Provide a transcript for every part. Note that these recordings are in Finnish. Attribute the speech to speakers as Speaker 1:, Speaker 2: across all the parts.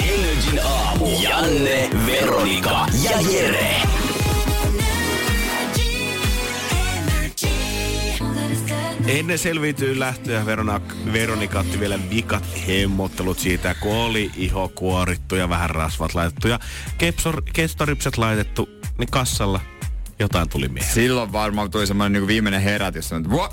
Speaker 1: Energin aamu. Janne, Veronika ja Jere.
Speaker 2: Ennen selviytyy lähtöä Veronak- Veronika otti vielä vikat hemmottelut siitä, kun oli iho kuorittu ja vähän rasvat laitettu ja kepsor, kestoripset laitettu, niin kassalla jotain tuli mieleen.
Speaker 3: Silloin varmaan tuli semmoinen niinku viimeinen herätys, että Whoa!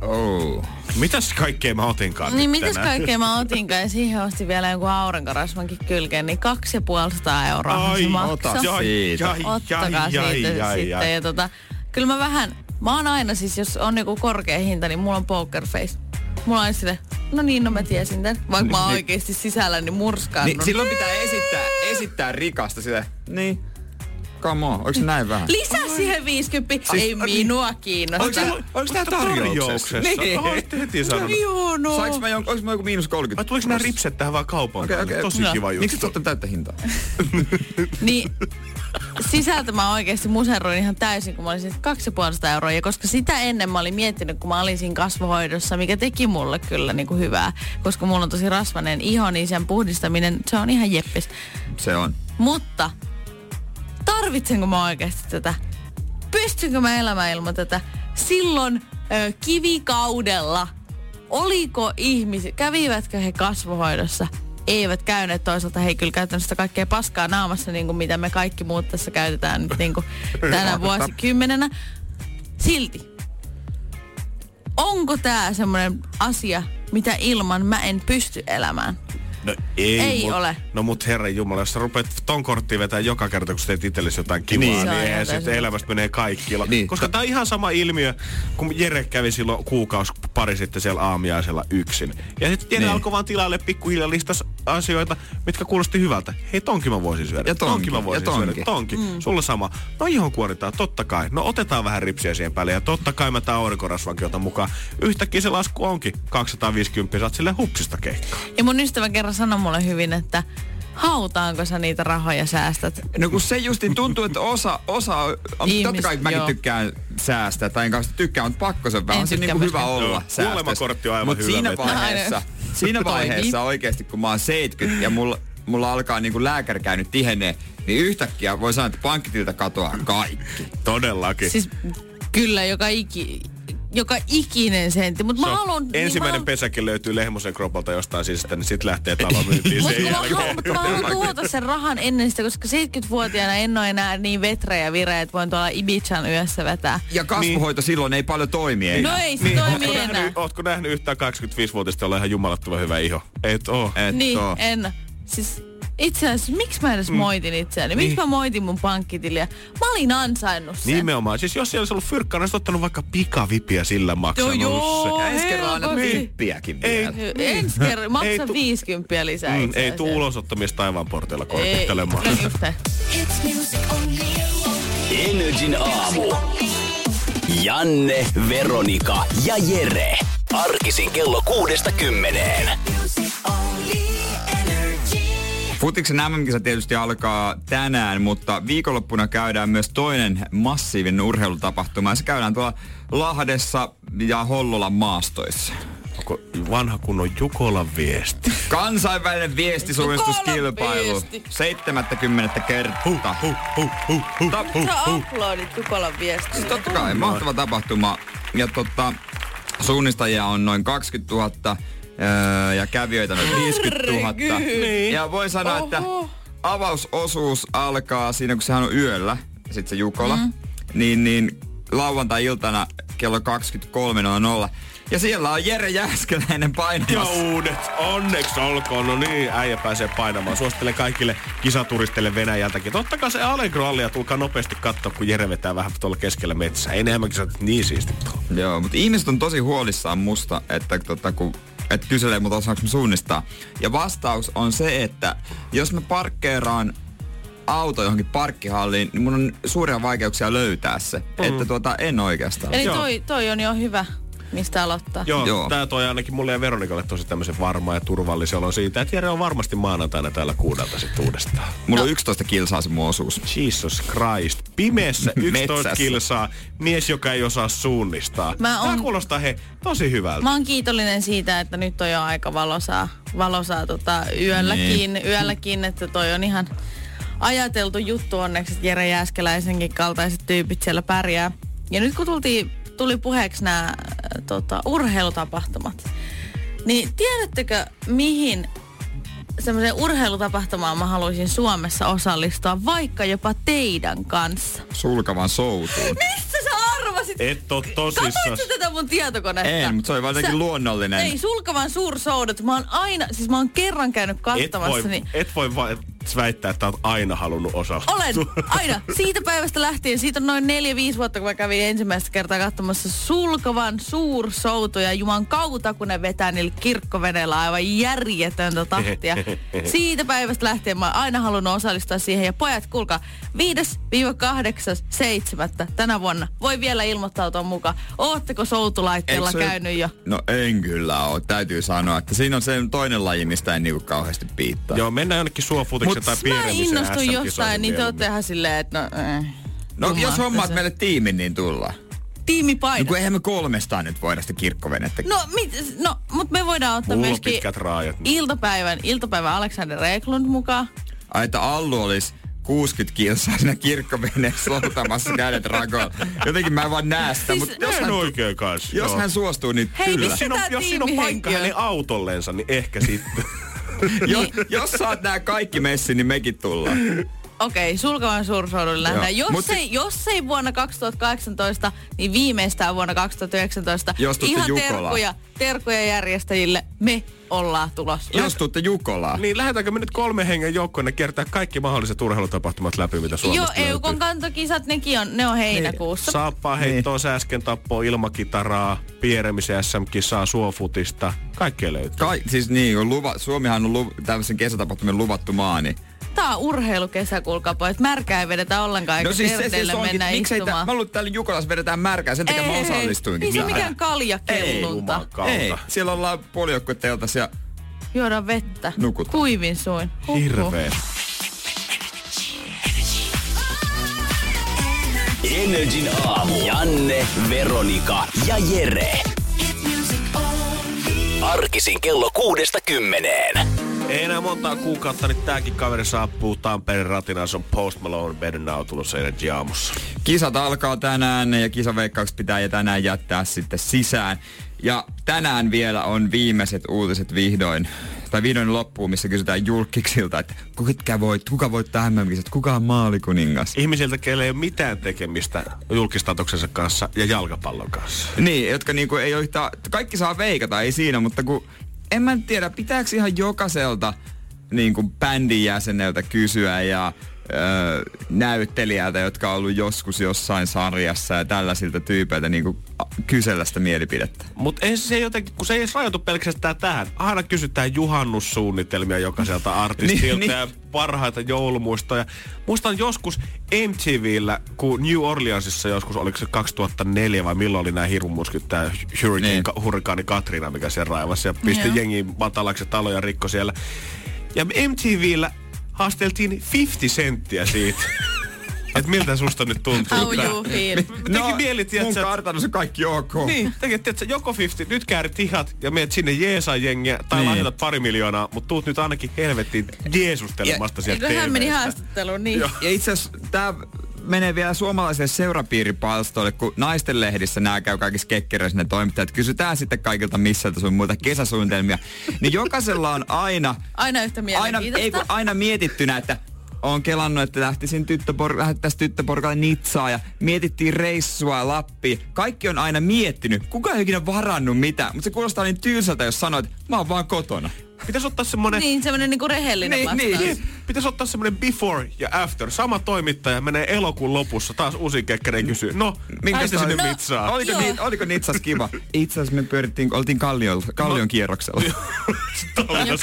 Speaker 3: Oh.
Speaker 2: Mitäs kaikkea mä otinkaan
Speaker 4: Niin
Speaker 2: nyt
Speaker 4: mitäs
Speaker 2: tänään?
Speaker 4: kaikkea mä otinkaan ja siihen ostin vielä joku aurinkorasvankin kylkeen, niin kaksi ja puolestaan euroa
Speaker 2: Ai,
Speaker 4: se
Speaker 3: ota
Speaker 4: maksoi.
Speaker 3: se.
Speaker 2: Jai,
Speaker 3: siitä.
Speaker 2: jai,
Speaker 4: Ottakaa
Speaker 2: jai, jai,
Speaker 4: siitä
Speaker 2: jai,
Speaker 4: sitten.
Speaker 2: jai.
Speaker 4: Ja tota, kyllä mä vähän, mä oon aina siis, jos on joku korkea hinta, niin mulla on poker face. Mulla on aina sille, no niin, no mä tiesin tämän. Vaikka mä oon oikeesti sisällä, niin murskaannut.
Speaker 3: Niin, silloin pitää esittää, esittää rikasta sille. Niin. Come on, onko se näin vähän?
Speaker 4: Lisää siihen 50. Ei minua kiinnosta.
Speaker 3: Onko Siis, niin. se- onko tää tarjouksessa?
Speaker 2: Niin.
Speaker 3: Niin.
Speaker 2: Oho, olitte heti sanonut.
Speaker 4: Joo, no.
Speaker 3: Saanko mä, jon- onks mä joku miinus 30?
Speaker 2: Ai, tuliko nämä ripset tähän vaan kaupaan?
Speaker 3: Okei, okei.
Speaker 2: Tosi
Speaker 4: No.
Speaker 2: kiva juttu.
Speaker 3: Miksi te olette täyttä hintaa?
Speaker 4: Niin sisältä mä oikeasti museroin ihan täysin, kun mä olin siis 250 euroa. Ja koska sitä ennen mä olin miettinyt, kun mä olin siinä kasvohoidossa, mikä teki mulle kyllä niin kuin hyvää. Koska mulla on tosi rasvainen iho, niin sen puhdistaminen, se on ihan jeppis.
Speaker 3: Se on.
Speaker 4: Mutta tarvitsenko mä oikeasti tätä? Pystynkö mä elämään ilman tätä? Silloin ö, kivikaudella, oliko ihmisi, kävivätkö he kasvohoidossa? Eivät käyneet toisaalta, he ei kyllä käyttänyt sitä kaikkea paskaa naamassa, niin kuin mitä me kaikki muut tässä käytetään nyt niin kuin tänä vuosikymmenenä. Silti, onko tämä semmoinen asia, mitä ilman mä en pysty elämään?
Speaker 2: No ei,
Speaker 4: Ei
Speaker 2: mut,
Speaker 4: ole.
Speaker 2: No mut herra Jumala, jos sä rupeat ton korttiin vetää joka kerta, kun sä teet itsellesi jotain kivaa,
Speaker 4: Se
Speaker 2: niin,
Speaker 4: on
Speaker 2: niin eihän
Speaker 4: ihan
Speaker 2: sitten
Speaker 4: täysin-
Speaker 2: elämästä menee kaikkialla. Niin.
Speaker 3: Niin.
Speaker 2: Koska tää on ihan sama ilmiö, kun Jere kävi silloin kuukaus pari sitten siellä aamiaisella yksin. Ja sitten Jere niin.
Speaker 3: Niin.
Speaker 2: alkoi vaan tilalle pikkuhiljaa listas asioita, mitkä kuulosti hyvältä. Hei, tonkin mä voisin syödä.
Speaker 3: Ja tonkin,
Speaker 2: mä
Speaker 3: ja
Speaker 2: voisin syödä.
Speaker 3: tonkin.
Speaker 2: Tonki. Mm. Sulla sama. No ihon kuoritaan, totta kai. No otetaan vähän ripsiä siihen päälle ja totta kai mä tää aurinkorasvankin otan mukaan. Yhtäkkiä se lasku onkin 250, saat sille hupsista keikkaa.
Speaker 4: Ja mun ystävä kerran sanoi mulle hyvin, että hautaanko sä niitä rahoja säästät.
Speaker 3: No kun se justiin tuntuu, että osa, osa on,
Speaker 4: Ihmis-
Speaker 3: totta kai mäkin
Speaker 4: joo.
Speaker 3: tykkään säästää, tai en kanssa tykkää, mutta pakko se on vähän,
Speaker 4: En
Speaker 3: on se
Speaker 4: tykkää
Speaker 3: niinku hyvä
Speaker 4: myöskään.
Speaker 2: Joo,
Speaker 3: olla
Speaker 2: kuolemakortti on aivan
Speaker 3: Mut
Speaker 2: hyvä
Speaker 3: siinä
Speaker 2: vetää.
Speaker 3: vaiheessa,
Speaker 4: Aina.
Speaker 3: siinä
Speaker 4: Toimii.
Speaker 3: vaiheessa oikeasti, kun mä oon 70 ja mulla, mulla alkaa niinku lääkärikäynnit tihenee, niin yhtäkkiä voi sanoa, että pankkitilta katoaa kaikki.
Speaker 2: Todellakin.
Speaker 4: Siis kyllä joka, iki, joka ikinen sentti, mutta
Speaker 2: Se
Speaker 4: mä
Speaker 2: on-
Speaker 4: haluan...
Speaker 2: ensimmäinen
Speaker 4: niin mä haluan-
Speaker 2: pesäkin löytyy Lehmosen kropalta jostain sisältä, niin sit lähtee talo myyntiin
Speaker 4: Mut
Speaker 2: sen
Speaker 4: kun mä
Speaker 2: jälkeen.
Speaker 4: haluan- mut mä haluan tuota sen rahan ennen sitä, koska 70-vuotiaana en ole enää niin vetre ja vireä, että voin tuolla Ibichan yössä vetää.
Speaker 3: Ja kasvuhoito
Speaker 2: Niin.
Speaker 3: silloin ei paljon toimi
Speaker 4: No
Speaker 3: enää.
Speaker 4: ei se niin, toimi
Speaker 2: ootko,
Speaker 4: enää.
Speaker 2: nähnyt, ootko nähnyt yhtään 25-vuotiaista, jolla on ihan jumalattoman hyvä iho? Et oo.
Speaker 3: Et
Speaker 4: Niin,
Speaker 3: oo.
Speaker 4: en. Siis itse asiassa, miksi mä
Speaker 2: Mm.
Speaker 4: edes moitin itseäni?
Speaker 2: Niin.
Speaker 4: Miksi mä moitin mun pankkitiliä? Mä olin ansainnut sen.
Speaker 2: Nimenomaan. Siis jos siellä olisi ollut fyrkkaa, niin olisit ottanut vaikka pikavipiä sillä
Speaker 4: Joo,
Speaker 2: maksanut
Speaker 4: joo,
Speaker 2: se.
Speaker 3: Ja ensi kerralla aina
Speaker 4: helposti.
Speaker 3: vippiäkin
Speaker 2: Ei.
Speaker 3: vielä.
Speaker 4: Hy- Ensi kerran
Speaker 2: Niin. Ei
Speaker 4: maksa
Speaker 2: tu-
Speaker 4: 50 lisää.
Speaker 2: Mm,
Speaker 4: itse
Speaker 2: ei tuu
Speaker 4: asiassa.
Speaker 2: ulosottamies taivaan porteilla
Speaker 4: Ei,
Speaker 2: korpittelemaan.
Speaker 4: no just näin.
Speaker 1: Energin aamu. Janne, Veronika ja Jere. Arkisin kello kuudesta kymmeneen.
Speaker 3: Futiksen MM-kisa tietysti alkaa tänään, mutta viikonloppuna käydään myös toinen massiivinen urheilutapahtuma. Ja se käydään tuolla Lahdessa ja Hollolan maastoissa.
Speaker 2: Onko vanha kunnon Jukolan viesti?
Speaker 3: Kansainvälinen viestisuunnistuskilpailu.
Speaker 4: Jukolan viesti.
Speaker 3: 70 kertaa.
Speaker 2: Huh, huh, huh, huh,
Speaker 3: Ta-
Speaker 2: huh.
Speaker 4: Sä uploadit Tukolan
Speaker 3: Siis
Speaker 4: viestille.
Speaker 3: totta kai, mahtava tapahtuma. Ja tota, suunnistajia on noin 20 000 öö, ja kävijöitä noin 50 000.
Speaker 4: Niin.
Speaker 3: Ja voi sanoa,
Speaker 4: Oho.
Speaker 3: että avausosuus alkaa siinä, kun sehän on yöllä, ja sit se Jukola,
Speaker 4: Mm-hmm.
Speaker 3: mm. niin, niin lauantai-iltana kello 23.00. Ja siellä on Jere Jääskeläinen
Speaker 2: Ja
Speaker 3: painamassa.
Speaker 2: uudet, onneksi olkoon. No niin, äijä pääsee painamaan. Suosittelen kaikille kisaturisteille Venäjältäkin. Tottakaa se Allegro alle ja tulkaa nopeasti katsoa, kun Jere vetää vähän tuolla keskellä metsää. Ei ne MM-kisat niin siisti.
Speaker 3: Joo, mutta ihmiset on tosi huolissaan musta, että tota, kun että kyselee mutta osaanko mä suunnistaa. Ja vastaus on se, että jos mä parkkeeraan auto johonkin parkkihalliin, niin mun on suuria vaikeuksia löytää se. Mm. Että tuota, en oikeastaan.
Speaker 4: Eli
Speaker 2: Joo.
Speaker 4: toi, toi on jo hyvä, mistä aloittaa.
Speaker 2: Joo, Joo,
Speaker 3: Joo.
Speaker 2: tää toi ainakin mulle ja Veronikalle tosi tämmöisen varma ja turvallisen olon siitä, että Jere on varmasti maanantaina täällä kuudelta sitten uudestaan.
Speaker 3: Mulla
Speaker 4: No.
Speaker 3: on 11 kilsaa se mun osuus.
Speaker 2: Jesus Christ. Pimeässä 11
Speaker 3: Metsässä.
Speaker 2: kilsaa mies, joka ei osaa suunnistaa.
Speaker 4: Mä
Speaker 2: Tää
Speaker 4: oon-
Speaker 2: kuulostaa he tosi hyvältä.
Speaker 4: Mä oon kiitollinen siitä, että nyt on jo aika valosaa, valosaa tota, yölläkin, niin. yölläkin, että toi on ihan ajateltu juttu onneksi, että Jere Jääskeläisenkin kaltaiset tyypit siellä pärjää. Ja nyt kun tultiin, tuli puheeksi nämä äh, tota, urheilutapahtumat, niin tiedättekö mihin semmoiseen urheilutapahtumaan mä haluaisin Suomessa osallistua, vaikka jopa teidän kanssa?
Speaker 3: Sulkavan soutuun.
Speaker 4: Mistä sä arvasit?
Speaker 2: Et oo tosissas.
Speaker 4: Katoit sä tätä mun tietokonetta?
Speaker 3: siis En, mutta se oli vaan jotenkin luonnollinen.
Speaker 4: Ei, sulkavan suursoudat. Mä oon aina, siis mä oon kerran käynyt
Speaker 2: Et voi,
Speaker 4: katsomassa, niin
Speaker 2: et voi va- väittää, että oot aina halunnut osallistua.
Speaker 4: olen aina. Siitä päivästä lähtien, siitä on noin 4-5 vuotta, kun mä kävin ensimmäistä kertaa katsomassa sulkavan suursoutoja. Juman kautta, kun ne vetää niillä kirkkoveneellä aivan järjetöntä tahtia. Siitä päivästä lähtien mä oon aina halunnut osallistua siihen. Ja pojat, kuulkaa, 5-8.7. tänä vuonna voi vielä ilmoittautua mukaan. Ootteko
Speaker 3: Eikö
Speaker 4: soutulaitteella
Speaker 3: se-
Speaker 4: käynyt jo?
Speaker 3: No en kyllä oo. Täytyy sanoa, että siinä on se toinen laji, mistä en niinku kauheasti piittaa.
Speaker 2: Joo, mennään jonnekin suofutiksen
Speaker 3: Mut
Speaker 2: tai
Speaker 4: Mä
Speaker 2: piiremisen
Speaker 4: innostun
Speaker 2: SM-kisoihin
Speaker 4: jostain, niin te
Speaker 2: mieluummin.
Speaker 4: ootte ihan silleen, että no... Äh.
Speaker 3: no jos
Speaker 4: Jumala,
Speaker 3: hommaat
Speaker 4: se-
Speaker 3: meille tiimin, niin tullaan.
Speaker 4: Tiimi
Speaker 3: No
Speaker 4: paina.
Speaker 3: kun eihän me kolmestaan nyt voida sitä kirkkovenettä.
Speaker 4: No, mit, no mut me voidaan ottaa
Speaker 2: Mulla on
Speaker 4: myöskin
Speaker 2: pitkät raajat. niin-
Speaker 4: iltapäivän, iltapäivän Alexander Reklund mukaan.
Speaker 3: Ai, että Allu olisi 60 kilsaa siinä kirkkoveneessä soutamassa kädet rakoon. Jotenkin mä en vaan näe sitä,
Speaker 4: Siis-
Speaker 3: mutta jos,
Speaker 2: Jos
Speaker 3: hän,
Speaker 2: hän oikein kanssa.
Speaker 3: jos hän suostuu, niin
Speaker 4: Hei,
Speaker 3: kyllä.
Speaker 2: jos siinä on,
Speaker 4: Tää
Speaker 2: jos siinä on paikka
Speaker 4: tiimihenki on.
Speaker 2: hänen autollensa, niin ehkä sitten.
Speaker 3: Jos,
Speaker 4: Niin,
Speaker 3: jos saat nämä kaikki messi, niin mekin tullaan.
Speaker 4: Okei, okay, sulkavan suursoudulle lähdetään.
Speaker 3: Joo,
Speaker 4: Jos,
Speaker 3: mut-
Speaker 4: ei, jos ei vuonna 2018, niin viimeistään vuonna 2019.
Speaker 3: Jos tuutte
Speaker 4: ihan
Speaker 3: Jukolaan.
Speaker 4: terkkuja, terkkuja järjestäjille. Me ollaan tulossa.
Speaker 3: Jos tuutte Jukolaan.
Speaker 2: Niin lähdetäänkö me nyt kolme hengen joukkoina kiertää kaikki mahdolliset urheilutapahtumat läpi, mitä
Speaker 4: Joo,
Speaker 2: Suomesta löytyy?
Speaker 4: EUKon kantokisat, nekin on, ne on
Speaker 3: Niin,
Speaker 4: heinäkuussa.
Speaker 2: Saappaa
Speaker 4: Niin.
Speaker 2: heittoa, sääsken tappoa, ilmakitaraa, pieremisen SM-kisaa, suofutista. Kaikkea löytyy.
Speaker 3: Kai, siis niin, kun luva, Suomihan on luv, tämmöisen kesätapahtumien luvattu maa, niin...
Speaker 4: Tää on urheilukesä, kuulkaa pojat. Märkää ei vedetä ollenkaan, eikä
Speaker 3: No siis se siis
Speaker 4: terteille
Speaker 3: onkin,
Speaker 4: mennä
Speaker 3: miksei tää,
Speaker 4: istumaan.
Speaker 3: mä luulen, että täällä Jukolassa vedetään märkää, sen takia mä osallistuinkin.
Speaker 4: Ei Siis se ole
Speaker 3: tähän.
Speaker 4: mikään kaljakellunta.
Speaker 3: Ei,
Speaker 2: Ei.
Speaker 3: siellä ollaan puolijoukkueteltas ja
Speaker 4: Juoda vettä.
Speaker 3: Nukuta.
Speaker 4: Kuivin suin. Huh, huh.
Speaker 2: Hirveä.
Speaker 1: Energin aamu. Janne, Veronika ja Jere. Arkisin kello kuudesta kymmeneen.
Speaker 2: Ei enää montaa kuukautta, niin tääkin kaveri saapuu Tampereen ratinaan. Se on Post Malone Better Now tulossa Energy aamussa.
Speaker 3: kisat alkaa tänään ja kisaveikkaukset pitää ja tänään jättää sitten sisään. Ja tänään vielä on viimeiset uutiset vihdoin, tai vihdoin loppuun, missä kysytään julkiksilta, että ketkä voit, kuka voittaa MM-kisat, kuka on maalikuningas.
Speaker 2: Ihmisiltä, keillä ei ole mitään tekemistä julkistatuksensa kanssa ja jalkapallon kanssa.
Speaker 3: Niin, jotka niinku ei ole yhtään, kaikki saa veikata, ei siinä, mutta kun en mä tiedä, pitääkö ihan jokaiselta niinku bändin jäseneltä kysyä ja öö, näyttelijältä, jotka on ollut joskus jossain sarjassa ja tällaisilta tyypeiltä niinku a- kysellä sitä mielipidettä.
Speaker 2: Mutta ei se jotenkin, kun se ei edes rajoitu pelkästään tähän. Aina kysytään juhannussuunnitelmia jokaiselta artistilta
Speaker 3: Niin, niin.
Speaker 2: ja parhaita joulumuistoja. Muistan joskus MTVllä, kun New Orleansissa joskus, oliko se 2004 vai milloin oli nämä hirumurskyt, tämä hurricane,
Speaker 3: Niin.
Speaker 2: ka, hurrikaani Katrina, mikä siellä raivasi ja pisti
Speaker 4: Joo.
Speaker 2: jengi matalaksi ja taloja rikko siellä. Ja MTVllä haasteltiin 50 senttiä siitä. Et miltä susta nyt tuntuu?
Speaker 4: How
Speaker 2: tää?
Speaker 4: you feel?
Speaker 2: Teki mieli,
Speaker 3: mun
Speaker 2: tiedätkö, että-
Speaker 3: kartanossa kaikki ok.
Speaker 2: Niin, teki, että tiedätkö, joko 50, nyt käärit hihat ja meet sinne jeesaa jengiä, tai niin.
Speaker 3: Niin.
Speaker 2: lahjoitat pari miljoonaa, mutta tuut nyt ainakin helvettiin jeesustelemasta sieltä
Speaker 4: Eikö hän meni
Speaker 2: terveistä.
Speaker 4: haastatteluun niin?
Speaker 3: Ja itse asiassa tää menee vielä suomalaisille seurapiiripalstoille, kun naisten lehdissä nämä käy kaikissa kekkereissä ne toimittajat. Kysytään sitten kaikilta missä sun muita kesäsuunnitelmia. Niin jokaisella on aina,
Speaker 4: Aina yhtä
Speaker 3: aina, ei, kun
Speaker 4: mielenkiintoista.
Speaker 3: aina mietittynä, että on kelannut, että lähtisin tyttöpor- lähettäisiin tyttöporukalle Nitsaa ja mietittiin reissua Lappiin. Kaikki on aina miettinyt. Kuka ei ikinä varannut mitään, mutta se kuulostaa niin tylsältä, jos sanoit, että mä oon vaan kotona.
Speaker 2: Pitäisi ottaa semmonen...
Speaker 4: Niin, semmoinen niinku rehellinen
Speaker 3: Niin,
Speaker 4: vastaus.
Speaker 3: niin.
Speaker 2: Jep, Pitäisi ottaa semmonen before ja after. Sama toimittaja menee elokuun lopussa taas uusi kekkäinen kysyy, no, niin, minkä te
Speaker 3: toi-
Speaker 2: sinne
Speaker 4: No,
Speaker 2: mitsaa?
Speaker 4: oi-
Speaker 3: Oliko,
Speaker 4: Joo.
Speaker 3: ni, oliko Nitsas kiva? Itse asiassa me pyörittiin, oltiin kallion, kallion kierroksella.
Speaker 4: Ja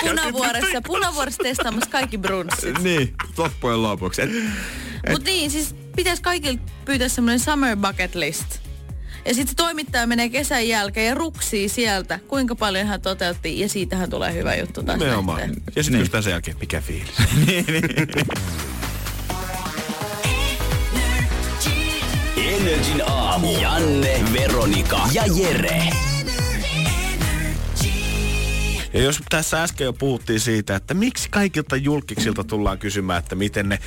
Speaker 4: punavuoressa, punavuoressa testaamassa kaikki brunssit.
Speaker 3: niin, loppujen lopuksi. Et,
Speaker 4: Mut niin, siis pitäis kaikilta pyytää semmoinen summer bucket list. Ja sitten toimittaja menee kesän jälkeen ja ruksii sieltä, kuinka paljon hän toteutti, ja siitähän tulee hyvä juttu taas.
Speaker 2: Nimenomaan.
Speaker 4: lähtee.
Speaker 2: Ja sitten
Speaker 3: Niin.
Speaker 2: kysytään sen jälkeen, mikä fiilis.
Speaker 1: Energin aamu. Janne, Veronika ja Jere.
Speaker 2: Ja jos tässä äsken jo puhuttiin siitä, että miksi kaikilta julkiksilta tullaan kysymään, että miten ne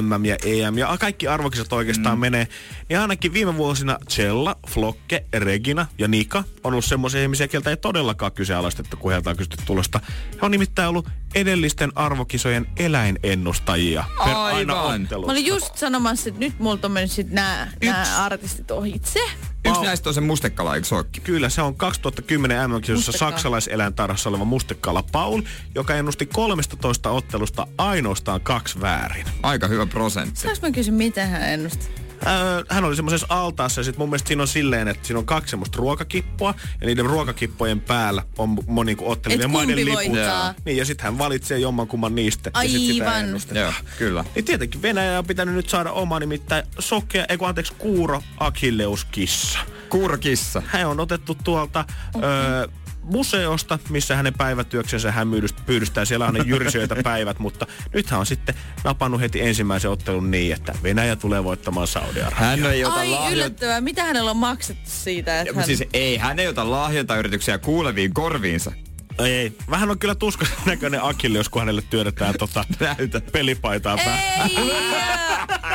Speaker 2: MM ja EM ja kaikki arvokisat oikeastaan mm. menee, niin ainakin viime vuosina Cella, Flokke, Regina ja Nika on ollut semmoisia ihmisiä, keltä ei todellakaan kyseenalaistettu, kun heiltä on kysytty tulosta. He on nimittäin ollut edellisten arvokisojen eläinennustajia per aina
Speaker 3: Aivan.
Speaker 2: ottelu.
Speaker 4: Mä olin just sanomassa, että nyt multa on mennyt sit nää, nää artistit ohitse.
Speaker 3: yksi näistä on se mustekala, eikö se ookin?
Speaker 2: Kyllä, se on 2010 MM-kisossa
Speaker 4: Mustekala.
Speaker 2: saksalaiseläintarhassa oleva mustekala Paul, joka ennusti 13 ottelusta ainoastaan kaksi väärin.
Speaker 3: Aika hyvä prosentti.
Speaker 4: Saanko mä kysyä, mitä hän ennusti?
Speaker 2: Öö, hän oli semmoisessa altaassa ja sit mun mielestä siinä on silleen, että siinä on kaksi semmoista ruokakippoa ja niiden ruokakippojen päällä on moni niinku
Speaker 4: Et
Speaker 2: ottelijoiden maiden
Speaker 4: kumpi
Speaker 2: liput.
Speaker 4: voittaa?
Speaker 2: Niin ja sitten hän valitsee jommankumman niistä ja sit sitä
Speaker 4: Aivan.
Speaker 2: ennustetaan.
Speaker 3: Joo, kyllä.
Speaker 2: Niin tietenkin Venäjä on pitänyt nyt saada oma nimittäin sokea, ei kun anteeksi, kuuro akilleuskissa.
Speaker 3: Kuurokissa.
Speaker 2: Hän on otettu tuolta öö, museosta, missä hänen päivätyöksensä hän myydys- pyydystää. Siellä on ne jyrsijöitä päivät, mutta nyt hän on sitten napannut heti ensimmäisen ottelun niin, että Venäjä tulee voittamaan Saudi-Arabiaa.
Speaker 3: Hän ei ota
Speaker 4: Ai
Speaker 3: lahjoita.
Speaker 4: yllättävää, mitä hänellä on maksettu siitä, että
Speaker 3: Mut
Speaker 4: hän...
Speaker 3: Siis ei, hän ei ota lahjontayrityksiä kuuleviin korviinsa.
Speaker 2: Ei, ei. Vähän on kyllä tuskan näköinen Akille, jos kun hänelle työnnetään tota
Speaker 3: Näytä.
Speaker 2: pelipaitaa päähän.
Speaker 3: siis-
Speaker 4: Ei!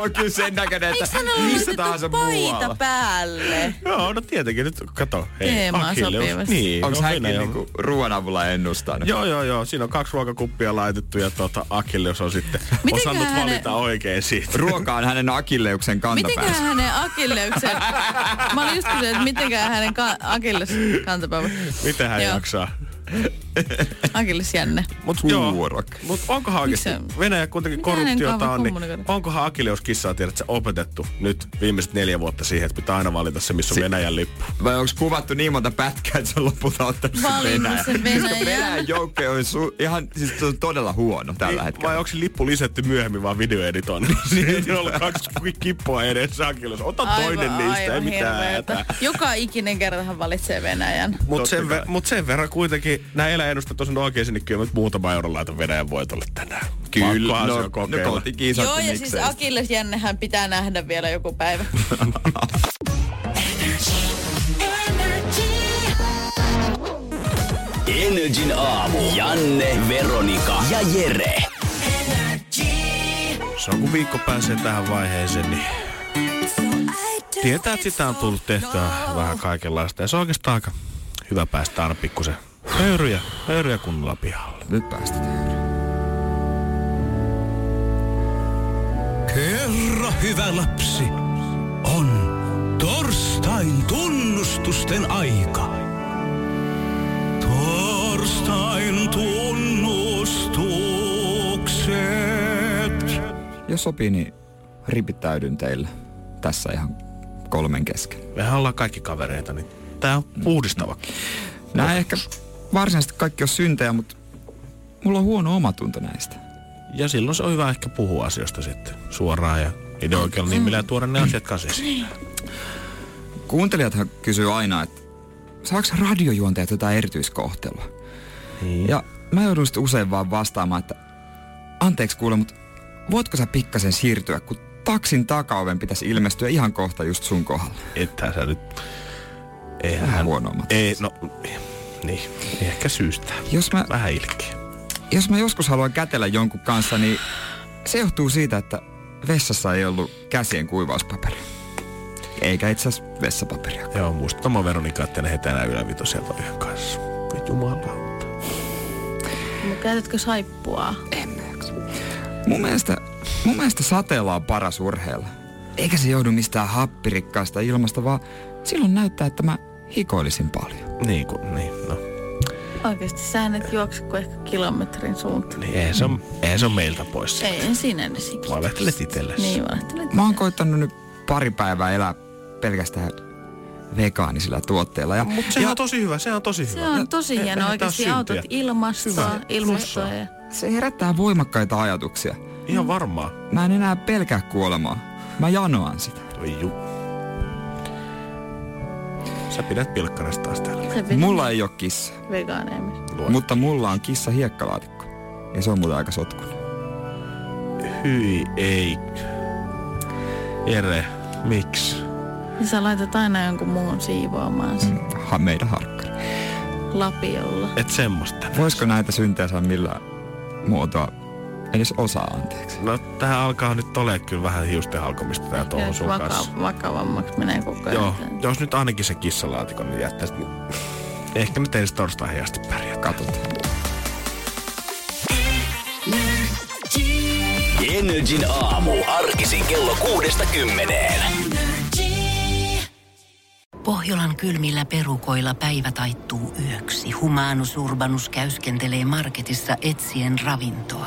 Speaker 3: On kyllä sen näköinen,
Speaker 4: Eikö
Speaker 3: että
Speaker 4: hänellä
Speaker 3: missä tahansa
Speaker 4: laitettu paita
Speaker 3: muualla.
Speaker 4: päälle?
Speaker 2: Joo, no tietenkin. Nyt kato. Hei,
Speaker 4: Teemaan
Speaker 2: Akilleus.
Speaker 4: sopivasti.
Speaker 2: Niin,
Speaker 3: Onko
Speaker 2: no,
Speaker 3: hänkin
Speaker 2: Venäjä on-
Speaker 3: niinku ruoan avulla ennustanut?
Speaker 2: Joo, joo, joo. Siinä on kaksi ruokakuppia laitettu ja tota, Akilleus on sitten
Speaker 4: Mitenköhän
Speaker 2: osannut
Speaker 4: hänen-
Speaker 2: valita oikein siitä.
Speaker 3: Ruoka on hänen akilleuksen
Speaker 4: Mitenköhän
Speaker 3: kantapäässä.
Speaker 4: hänen akilleuksen... Mä olin just kysynyt, että mitenköhän hänen ka- akilles kantapää...
Speaker 2: Miten hän
Speaker 4: Joo.
Speaker 2: jaksaa?
Speaker 4: Akillesjänne.
Speaker 2: Mut,
Speaker 3: Kuurok.
Speaker 2: Mut onkohan oikeesti,
Speaker 4: Miksei?
Speaker 2: Venäjä kuitenkin
Speaker 4: Mitä hänen
Speaker 2: korruptiota
Speaker 4: kaava
Speaker 2: on, niin
Speaker 4: kommunikoida?
Speaker 2: onkohan akileuskissaa tiedät sä opetettu nyt viimeiset neljä vuotta siihen, että pitää aina valita se, missä on Venäjän lippu.
Speaker 3: Vai onko kuvattu niin monta pätkää, että se on lopulta ottanut sen
Speaker 4: Valinnut
Speaker 3: Venäjän?
Speaker 4: sen Venäjän.
Speaker 3: Koska Venäjän joukko on su- ihan, siis se on todella huono tällä
Speaker 2: Niin,
Speaker 3: hetkellä.
Speaker 2: Vai onko se lippu lisätty myöhemmin vaan videoeditoinnilla? Siinä on ollut kaksi kippoa edessä Akilles. Ota toinen niistä, ei mitään
Speaker 4: hirveetä.
Speaker 2: hätää.
Speaker 4: Joka ikinen kerta hän valitsee Venäjän.
Speaker 2: Mut
Speaker 3: Totta
Speaker 2: sen,
Speaker 3: kai.
Speaker 2: ver- mut sen verran kuitenkin, nämä eläennustat on oikein, niin kyllä mä nyt muutama euron laitan Venäjän voitolle tänään. Pakkohan se
Speaker 3: no,
Speaker 2: on
Speaker 3: no
Speaker 2: kokeilla.
Speaker 3: kotikisat,
Speaker 4: Joo, ja siis
Speaker 3: miksei.
Speaker 4: akillesjännehän pitää nähdä vielä joku päivä.
Speaker 1: Energin aamu. Janne, Veronika ja Jere.
Speaker 2: Se on kun viikko pääsee tähän vaiheeseen, niin tietää, että sitä on tullut tehtyä vähän kaikenlaista. Ja se on oikeastaan aika hyvä päästä aina pikkusen höyryjä, höyryjä kunnolla pihalle.
Speaker 3: Nyt päästetään.
Speaker 5: Kerro, hyvä lapsi, on torstain tunnustusten aika. Torstain tunnustukset.
Speaker 3: Jos sopii, niin ripittäydyn teille tässä ihan kolmen kesken.
Speaker 2: Mehän ollaan kaikki kavereita, niin tää on puhdistavakin.
Speaker 3: Nämä ehkä varsinaisesti kaikki on syntejä, mutta mulla on huono omatunto näistä.
Speaker 2: Ja silloin se on hyvä ehkä puhua asioista sitten suoraan ja niiden oikealla nimellä ja tuoda ne asiat kasiksi.
Speaker 3: Kuuntelijathan kysyy aina, että saako radiojuontajat jotain erityiskohtelua? Niin. Ja mä joudun sitten usein vaan vastaamaan, että anteeksi kuule, mutta voitko sä pikkasen siirtyä, kun taksin takaoven pitäisi ilmestyä ihan kohta just sun kohdalla.
Speaker 2: Että sä nyt... Eihän
Speaker 3: Vähän
Speaker 2: hän...
Speaker 3: huonommat.
Speaker 2: Ei, no... Niin, ehkä syystä.
Speaker 3: Jos mä,
Speaker 2: Vähän ilkeä.
Speaker 3: jos mä joskus haluan kätellä jonkun kanssa, niin se johtuu siitä, että vessassa ei ollut käsien kuivauspaperi. Eikä itse asiassa vessapaperia.
Speaker 2: Joo, muistama Veronika, että ne hetänä ylävitosia toi yhden kanssa. Voi Jumala.
Speaker 4: Mut No, Käytätkö saippua?
Speaker 3: Mun mielestä, mun mielestä sateella on paras urheilla. Eikä se joudu mistään happirikkaasta ilmasta, vaan silloin näyttää, että mä hikoilisin paljon.
Speaker 2: Niin kuin, niin, no.
Speaker 4: Oikeasti sähän et juokse kuin ehkä kilometrin suuntaan.
Speaker 2: Niin eihän se, on, eihän se on meiltä pois.
Speaker 4: Ei, en siinä ne siksi.
Speaker 2: Valehtelet itsellesi.
Speaker 4: Niin, valehtelet.
Speaker 3: Mä oon koittanut nyt pari päivää elää pelkästään vegaanisilla tuotteilla. Ja,
Speaker 2: Mutta sehän on tosi hyvä, sehän on tosi hyvä.
Speaker 4: Se Eh, on tosi
Speaker 2: Eihän
Speaker 4: hieno
Speaker 2: tää
Speaker 4: oikeasti
Speaker 2: ole
Speaker 4: autot
Speaker 2: syntiä.
Speaker 4: ilmastoa,
Speaker 2: Hyvä.
Speaker 4: ilmastoa ja...
Speaker 3: se herättää voimakkaita ajatuksia.
Speaker 2: Ihan varmaa.
Speaker 3: Mä en enää pelkää kuolemaa. Mä janoan sitä.
Speaker 2: Oi juu. Sä pidät pilkkarasta taas täällä.
Speaker 4: Se pitää
Speaker 3: Mulla ei ole kissa,
Speaker 4: vegaaneja myös.
Speaker 3: mutta mulla on kissa hiekkalaatikko. Ja se on muuten aika sotkun.
Speaker 2: Hyi ei. Jere, miksi?
Speaker 4: Ja Niin sä laitat aina jonkun muun siivoamaan sen
Speaker 2: Mm.
Speaker 3: Ha, meidän harkkari.
Speaker 4: lapiolla.
Speaker 2: Et semmoista.
Speaker 3: Voisiko näitä syntejä saa millään muotoa? Edes osaa anteeksi.
Speaker 2: No tähän alkaa nyt ole kyllä vähän hiusten halkomista tää tuohon sun kanssa.
Speaker 4: Vaka- vakavammaksi menee koko ajan.
Speaker 2: Joo,
Speaker 4: tää.
Speaker 2: jos nyt ainakin se kissalaatikon niin jättäisit, niin ehkä nyt edes torstaihin asti pärjää.
Speaker 3: Katsotaan.
Speaker 1: Energin aamu. Arkisin kello kuudesta kymmeneen.
Speaker 6: Pohjolan kylmillä perukoilla päivä taittuu yöksi. Humanus Urbanus käyskentelee marketissa etsien ravintoa.